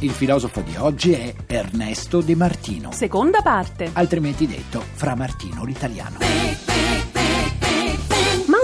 Il filosofo di oggi è Ernesto De Martino, Seconda parte. altrimenti detto Fra Martino l'italiano.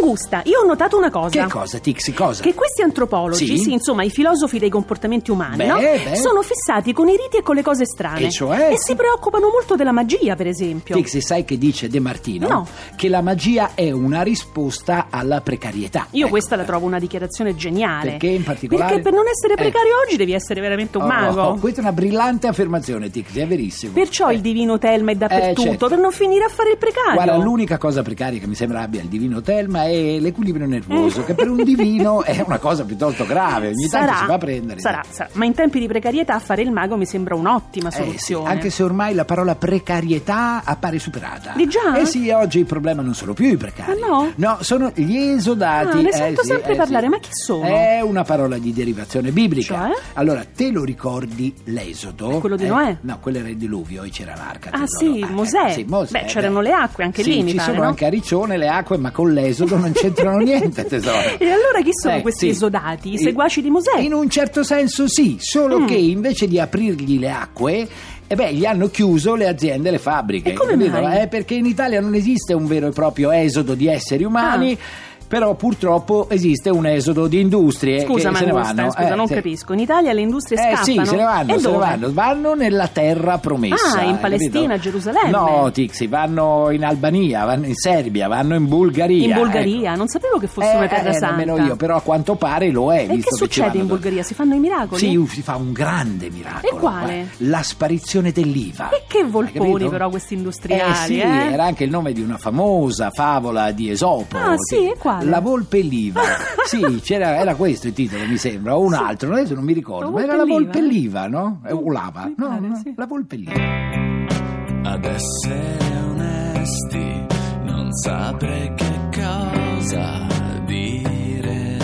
Mangusta, io ho notato una cosa. Che cosa, Tixi, cosa? Che questi antropologi, Sì. sì, insomma, i filosofi dei comportamenti umani, Beh, no? beh. sono fissati con i riti e con le cose strane. E cioè? si preoccupano molto della magia, per esempio. Tixi, sai che dice De Martino? No. Che la magia è una risposta alla precarietà. Io Ecco, questa la eh. trovo una dichiarazione geniale. Perché in particolare? Perché per non essere Eh. precario oggi devi essere veramente un Oh, mago. oh, questa è una brillante affermazione, Tixi, è verissimo. Perciò Eh. il divino Telma è dappertutto, Eh, certo. per non finire a fare il precario. Guarda, l'unica cosa precaria che mi sembra abbia il divino Telma è l'equilibrio nervoso, che per un divino è una cosa piuttosto grave, ogni Eh. sarà, tanto si va a prendere. Sarà, sarà. Ma in tempi di precarietà fare il mago mi sembra un'ottima Eh, sì, soluzione. anche se ormai la parola precarietà appare superata. Di già? Eh sì, oggi il problema non sono più i precari. Ah, no? sono gli esodati. Ah, ne Eh, sento sì, sempre eh, parlare, sì. ma chi sono? È una parola di derivazione biblica. Cioè? Allora, te lo ricordi l'esodo? Eh? Quello di Noè? No, quello era il diluvio, e c'era l'arca. Ah, tesoro. sì, ecco, Mosè. sì, Mosè, Beh, c'erano le acque anche Sì, lì, mi ci pare, sono no? anche a Riccione le acque, ma con l'esodo non c'entrano niente, tesoro. E allora chi sono questi Eh, sì. esodati? I Eh, seguaci di Mosè? In un certo senso sì, solo Mm. che invece di aprirgli le acque, eh beh, gli hanno chiuso le aziende e le fabbriche. E come capito? mai? Eh, perché in Italia non esiste un vero e proprio esodo di esseri umani. Ah. Però purtroppo esiste un esodo di industrie Scusa, eh, che se ne Mangusta, vanno. scusa, Eh, non sì. capisco. In Italia le industrie Eh sì, scappano. se ne vanno, e se ne dove? vanno. Vanno nella terra promessa. Ah, in hai Palestina, capito? a Gerusalemme. No, Tixi, vanno in Albania, vanno in Serbia, vanno in Bulgaria. In ecco. Bulgaria, non sapevo che fosse Eh, una terra eh, santa. nemmeno io, però a quanto pare lo è. E che visto ci succede vanno in dove- Bulgaria? Si fanno i miracoli? Sì, si fa un grande miracolo. E quale? eh. La sparizione dell'IVA. E che volponi, Hai capito? però, questi industriali, Eh sì, eh? era anche il nome di una famosa favola di Esopo. Ah, sì, e quale? La volpe l'IVA. sì, c'era, era questo il titolo, mi sembra, o un Sì. altro, adesso non mi ricordo, La ma era la volpe volpe l'IVA, l'IVA, no? Eh, O lava, Mi no, pare, no, sì. la volpe l'IVA. Ad essere onesti, non saprei che cosa dire.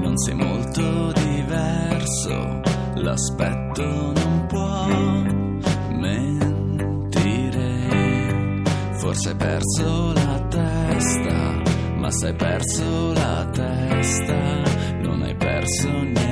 Non sei molto diverso, l'aspetto non può mentire. Forse hai perso la testa, ma se hai perso la testa, non hai perso niente.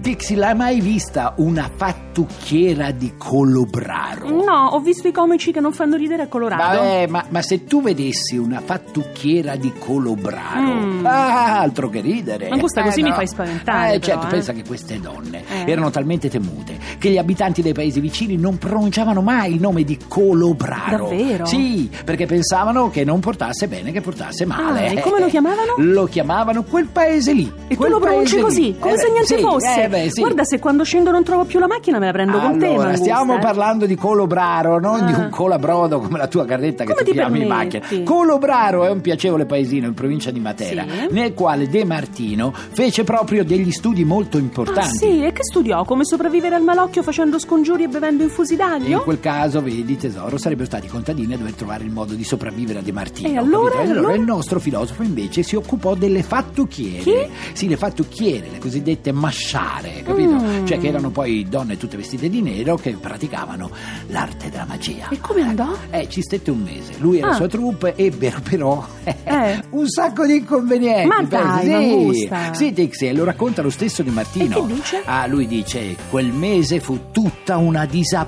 Tixi, l'hai mai vista una fattucchiera di Colobraro? No, ho visto i comici che non fanno ridere a Colorado. Vabbè, ma, ma se tu vedessi una fattucchiera di Colobraro, Mm. ah, altro che ridere. Ma Gusta, così mi fai spaventare, Eh, però, certo, eh. pensa che queste donne Eh. erano talmente temute che gli abitanti dei paesi vicini non pronunciavano mai il nome di Colobraro. Davvero? Sì, perché pensavano che non portasse bene, che portasse male. Eh, Ah, e come lo chiamavano? Lo chiamavano quel paese lì. E tu quel lo pronunci paese lì. così, come Eh, se beh, niente sì, fosse. eh, beh, sì. Guarda, se quando scendo non trovo più la macchina me la prendo con te. Allora, Mangusta, stiamo eh. parlando di Colobraro, non Ah. di un colabrodo come la tua carretta che Come ti ti chiami in permetti? macchina. Colobraro è un piacevole paesino in provincia di Matera, Sì. nel quale De Martino fece proprio degli studi molto Ah, importanti. sì, e che studiò? Come sopravvivere al malocchio facendo scongiuri e bevendo infusi In d'aglio? quel caso, vedi, tesoro, sarebbero stati i contadini a dover trovare il modo di sopravvivere a De Martino. E allora, capito? allora? il nostro filosofo invece si occupò delle fattucchiere. Chi? Sì, le fattucchiere, le cosiddette masciare, capito? Mm. Cioè che erano poi donne tutte vestite di nero che praticavano l'arte della magia. E come andò? Eh, ci stette un mese. Lui e Ah. la sua troupe ebbero però Eh. un sacco di inconvenienti. Ma pensa, dai, sì. Mangusta. sì, Tixi, lo racconta lo stesso Di Martino. E che dice? Ah, lui dice, quel mese fu tutta una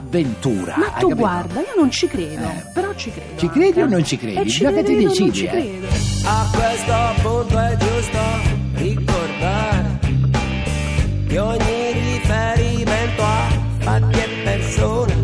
disavventura. Ma ah, Hai tu capito? guarda, io non ci credo, Eh. però ci credo. Ci credi anche. o non ci credi? Eh, ci Già che ti credo, non decidi, ci eh. credo. A questo punto è giusto ricordare che ogni riferimento a fatti e persone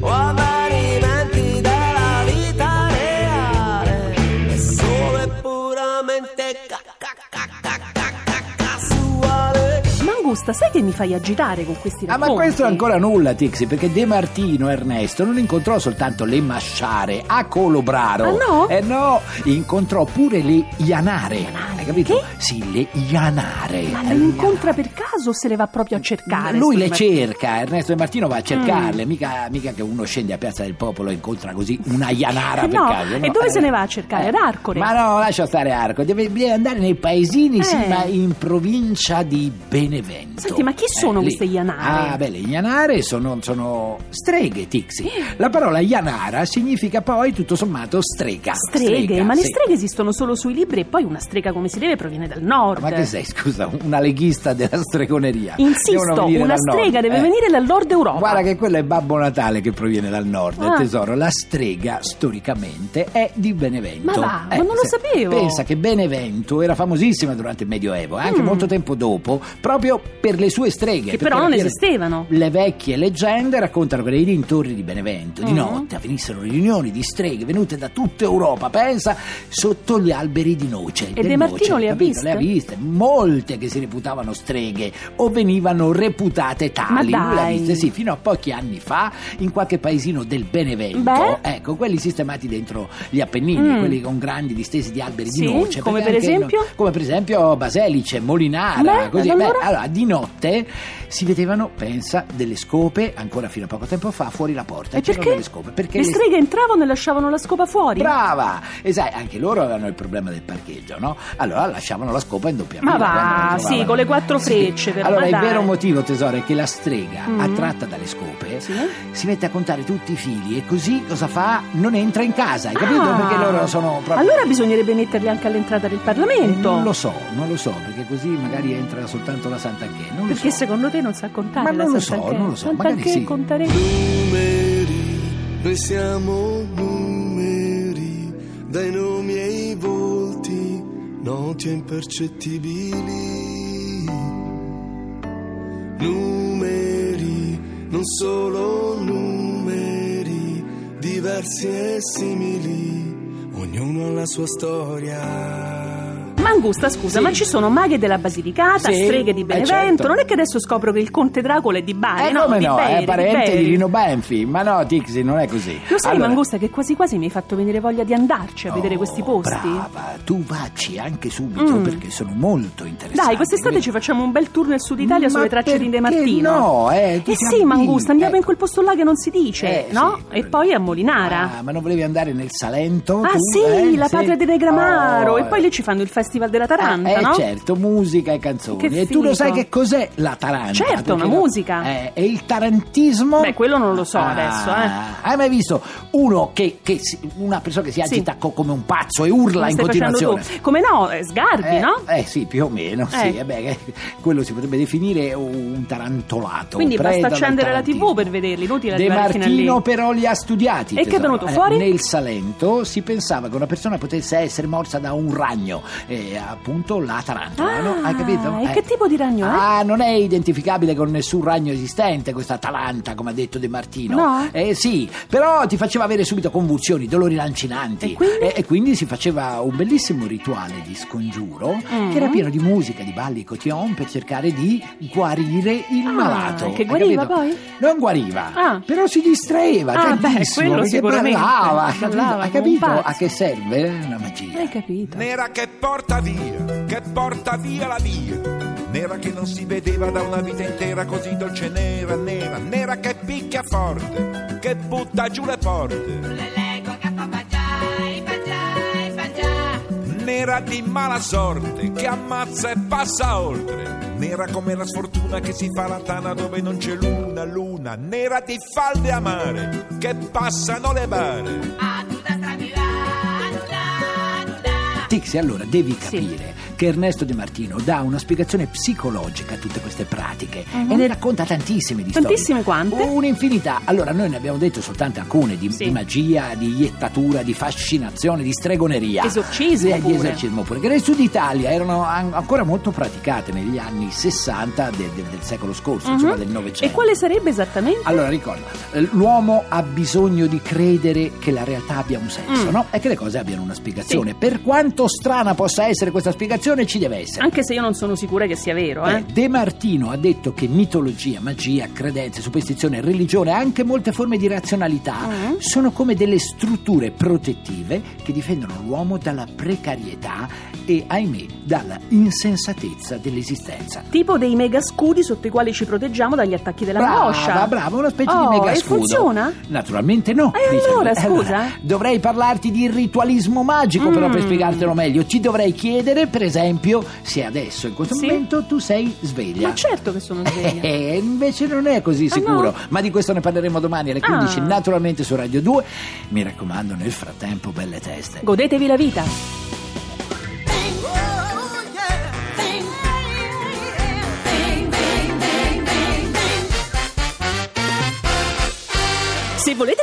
o a avvenimenti della vita reale è solo e puramente ca- ca- ca- ca- ca- ca- casuale. Mangusta, testa. Sai che mi fai agitare con questi Ah, racconti? ma questo è ancora nulla, Tixi, perché De Martino Ernesto non incontrò soltanto le masciare a Colobraro. Ah, no? Eh no, incontrò pure le ianare. Hai capito? che? Sì, le ianare. Ma le Eh, incontra per caso o se le va proprio a cercare? Lui le Scusa, cerca, Ernesto De Martino Mm. va a cercarle, mica, mica che uno scende a Piazza del Popolo e incontra così una ianara per No, caso. e dove Eh, se ne va a cercare? Ad Arcore? Ma no, lascia stare Arco, deve, deve andare nei paesini, sì, Eh. ma in provincia di Benevento. Eh, Senti, ma chi sono lì. queste ianare? Ah, beh, le ianare sono, sono streghe, Eh. Tixi. La parola ianara significa poi, tutto sommato, Ah, strega. Streghe, ma le sì. streghe esistono solo sui libri e poi una strega come si deve proviene dal nord. Ma che sei, scusa, una leghista della stregoneria? Devono Insisto, venire una dal nord. strega deve Eh. venire dal nord Europa. Guarda che quello è Babbo Natale che proviene dal nord, Ah. tesoro. La strega storicamente è di Benevento. Ma Eh, va, ma non lo sapevo. Pensa che Benevento era famosissima durante il Medioevo, eh, anche molto tempo dopo, proprio per le sue streghe. Mm. Che perché però alla non fine esistevano. Le vecchie leggende raccontano che nei dintorni di Benevento di Mm. notte avvenissero riunioni di streghe venute da tutta Europa, pensa, sotto gli alberi di noce. E del De Martino noce, le ha capito? viste? Le ha viste, molte che si reputavano streghe o venivano reputate tali. Ma Lui le ha dai. viste, sì, fino a pochi anni fa in qualche paesino del Benevento. Beh. Ecco, quelli sistemati dentro gli Appennini, Mm. quelli con grandi distese di alberi Sì, di noce. come perché per anche esempio? no- come per esempio Baselice, Molinara, Beh, così. ed allora? di notte si vedevano, pensa, delle scope, ancora fino a poco tempo fa, fuori la porta. E C'erano perché? delle scope. Perché le le- streghe entravano e lasciavano la scopa fuori. Brava! E sai, anche loro avevano il problema del parcheggio, no? Allora lasciavano la scopa in doppia Ma fila quando va, la sì, trovavano. con le quattro frecce. però, Allora, ma il dai. vero motivo, tesoro, è che la strega, Mm. attratta dalle scope, Sì. si mette a contare tutti i fili e così cosa fa? Non entra in casa, hai capito? Ah. Perché loro sono proprio. Allora bisognerebbe metterli anche all'entrata del Parlamento. Non lo so, non lo so, perché così magari entra soltanto la Santa Che. Non lo Perché so. secondo te non sa contare Ma la non lo Sant'Anchè? so, non lo so, Sant'Anchè magari sì. contare numeri, noi siamo numeri, dai nomi e i volti, noti e impercettibili. Numeri, non solo numeri, diversi e simili, ognuno ha la sua storia. Mangusta, scusa, Sì. ma ci sono maghe della Basilicata, Sì, streghe di eh, Benevento. certo. Non è che adesso scopro che il conte Dracula è di Bari, Eh, no? come di no, Beri, è parente Beri. di, Lino Banfi. Ma no, Tixi, non è così. Lo sai, Allora- Mangusta, che quasi quasi mi hai fatto venire voglia di andarci a vedere Oh, questi posti? Brava, tu vacci anche subito Mm. perché sono molto interessanti. Dai, quest'estate ci facciamo un bel tour nel sud Italia Ma sulle tracce di De perché Martino. no, eh, ti Eh sei sì, abbinto, Mangusta, andiamo eh. in quel posto là che non si dice, Eh, no? sì, e quello. poi a Molinara. Ah, ma non volevi andare nel Salento? Ah tu? sì, Eh, la sì. patria di Negramaro Oh, e poi lì ci fanno il festival della Taranta, eh, no? certo, musica e canzoni. Che e tu lo figo. sai che cos'è la Taranta? Certo, perché una la- musica. Eh, e il tarantismo? Beh, quello non lo so Ah, adesso, eh. Hai mai visto uno che, che si- una persona che si Sì. agita co- come un pazzo e urla Come in stai facendo continuazione? tu? Come no, eh, sgarbi, Eh, no? eh sì, più o meno, sì. Eh. eh beh, eh, quello si potrebbe definire un tarantolato. Quindi preda basta del accendere la TV tarantismo. per vederli, inutile De arrivare fino a Martino lì. però li ha studiati. E che è tesoro. Eh, venuto fuori? nel Salento si pensava che una persona potesse essere morsa da un ragno, eh, appunto la tarantola, Ah, no? Hai capito? Eh. e che tipo eh? di ragno è? Ah, non è identificabile con nessun ragno esistente questa Taranta, come ha detto De Martino. No? Eh sì, però ti faceva avere subito convulsioni, dolori lancinanti. Eh, E quindi? e quindi si faceva un bellissimo rituale di scongiuro Mm. che era pieno di musica, di balli e cotillon per cercare di guarire il Ah, malato. che Hai guariva capito? poi? Non guariva, Ah. però si distraeva Ah, beh, tantissimo quello perché sicuramente. parlava, hai capito? Parlava Hai come un capito pazzo. a che serve la magia? Hai capito? Nera che porta via, che porta via la via. Nera che non si vedeva da una vita intera così dolce nera, nera, nera che picchia forte, che butta giù le porte. Lei con K baciai, baciai, baciai. Nera di mala sorte, che ammazza e passa oltre. Nera come la sfortuna che si fa la tana dove non c'è luna, luna. Nera di falde amare, che passano le bare. Anuda straviva, anuda, anuda. Tixi, allora devi Sì. capire che Ernesto De Martino dà una spiegazione psicologica a tutte queste pratiche e ne racconta tantissime di storie. Mhm. Tantissime quante? Un'infinità. Allora, noi ne abbiamo detto soltanto alcune di, Sì. di magia, di iettatura, di fascinazione, di stregoneria. Esorcismo Eh, Di pure. esorcismo pure. Che nel sud Italia erano an- ancora molto praticate negli anni 60 de- de- del secolo scorso, insomma Mhm. del Novecento. E quale sarebbe esattamente? Allora ricorda, eh, l'uomo ha bisogno di credere che la realtà abbia un senso, Mm. no? E che le cose abbiano una spiegazione. Per quanto strana possa essere questa spiegazione ci deve essere. Anche se io non sono sicura che sia vero, eh. Beh, De Martino ha detto che mitologia, magia, credenze, superstizione, religione, anche molte forme di razionalità Mm. sono come delle strutture protettive che difendono l'uomo dalla precarietà e, ahimè, dalla insensatezza dell'esistenza. Tipo dei mega scudi sotto i quali ci proteggiamo dagli attacchi della brava, angoscia. brava, una specie Oh, di mega e scudo. funziona? Naturalmente no. E dice allora, lui. Eh, scusa? dovrei parlarti di ritualismo magico, però per Mm. spiegartelo meglio, ti dovrei chiedere, per esempio, se adesso in questo Sì? momento tu sei sveglia. Ma certo che sono sveglia. Ah, Eh, invece non è così sicuro, no? ma di questo ne parleremo domani alle 15, Ah. naturalmente su Radio 2. Mi raccomando, nel frattempo, belle teste. Godetevi la vita. Se volete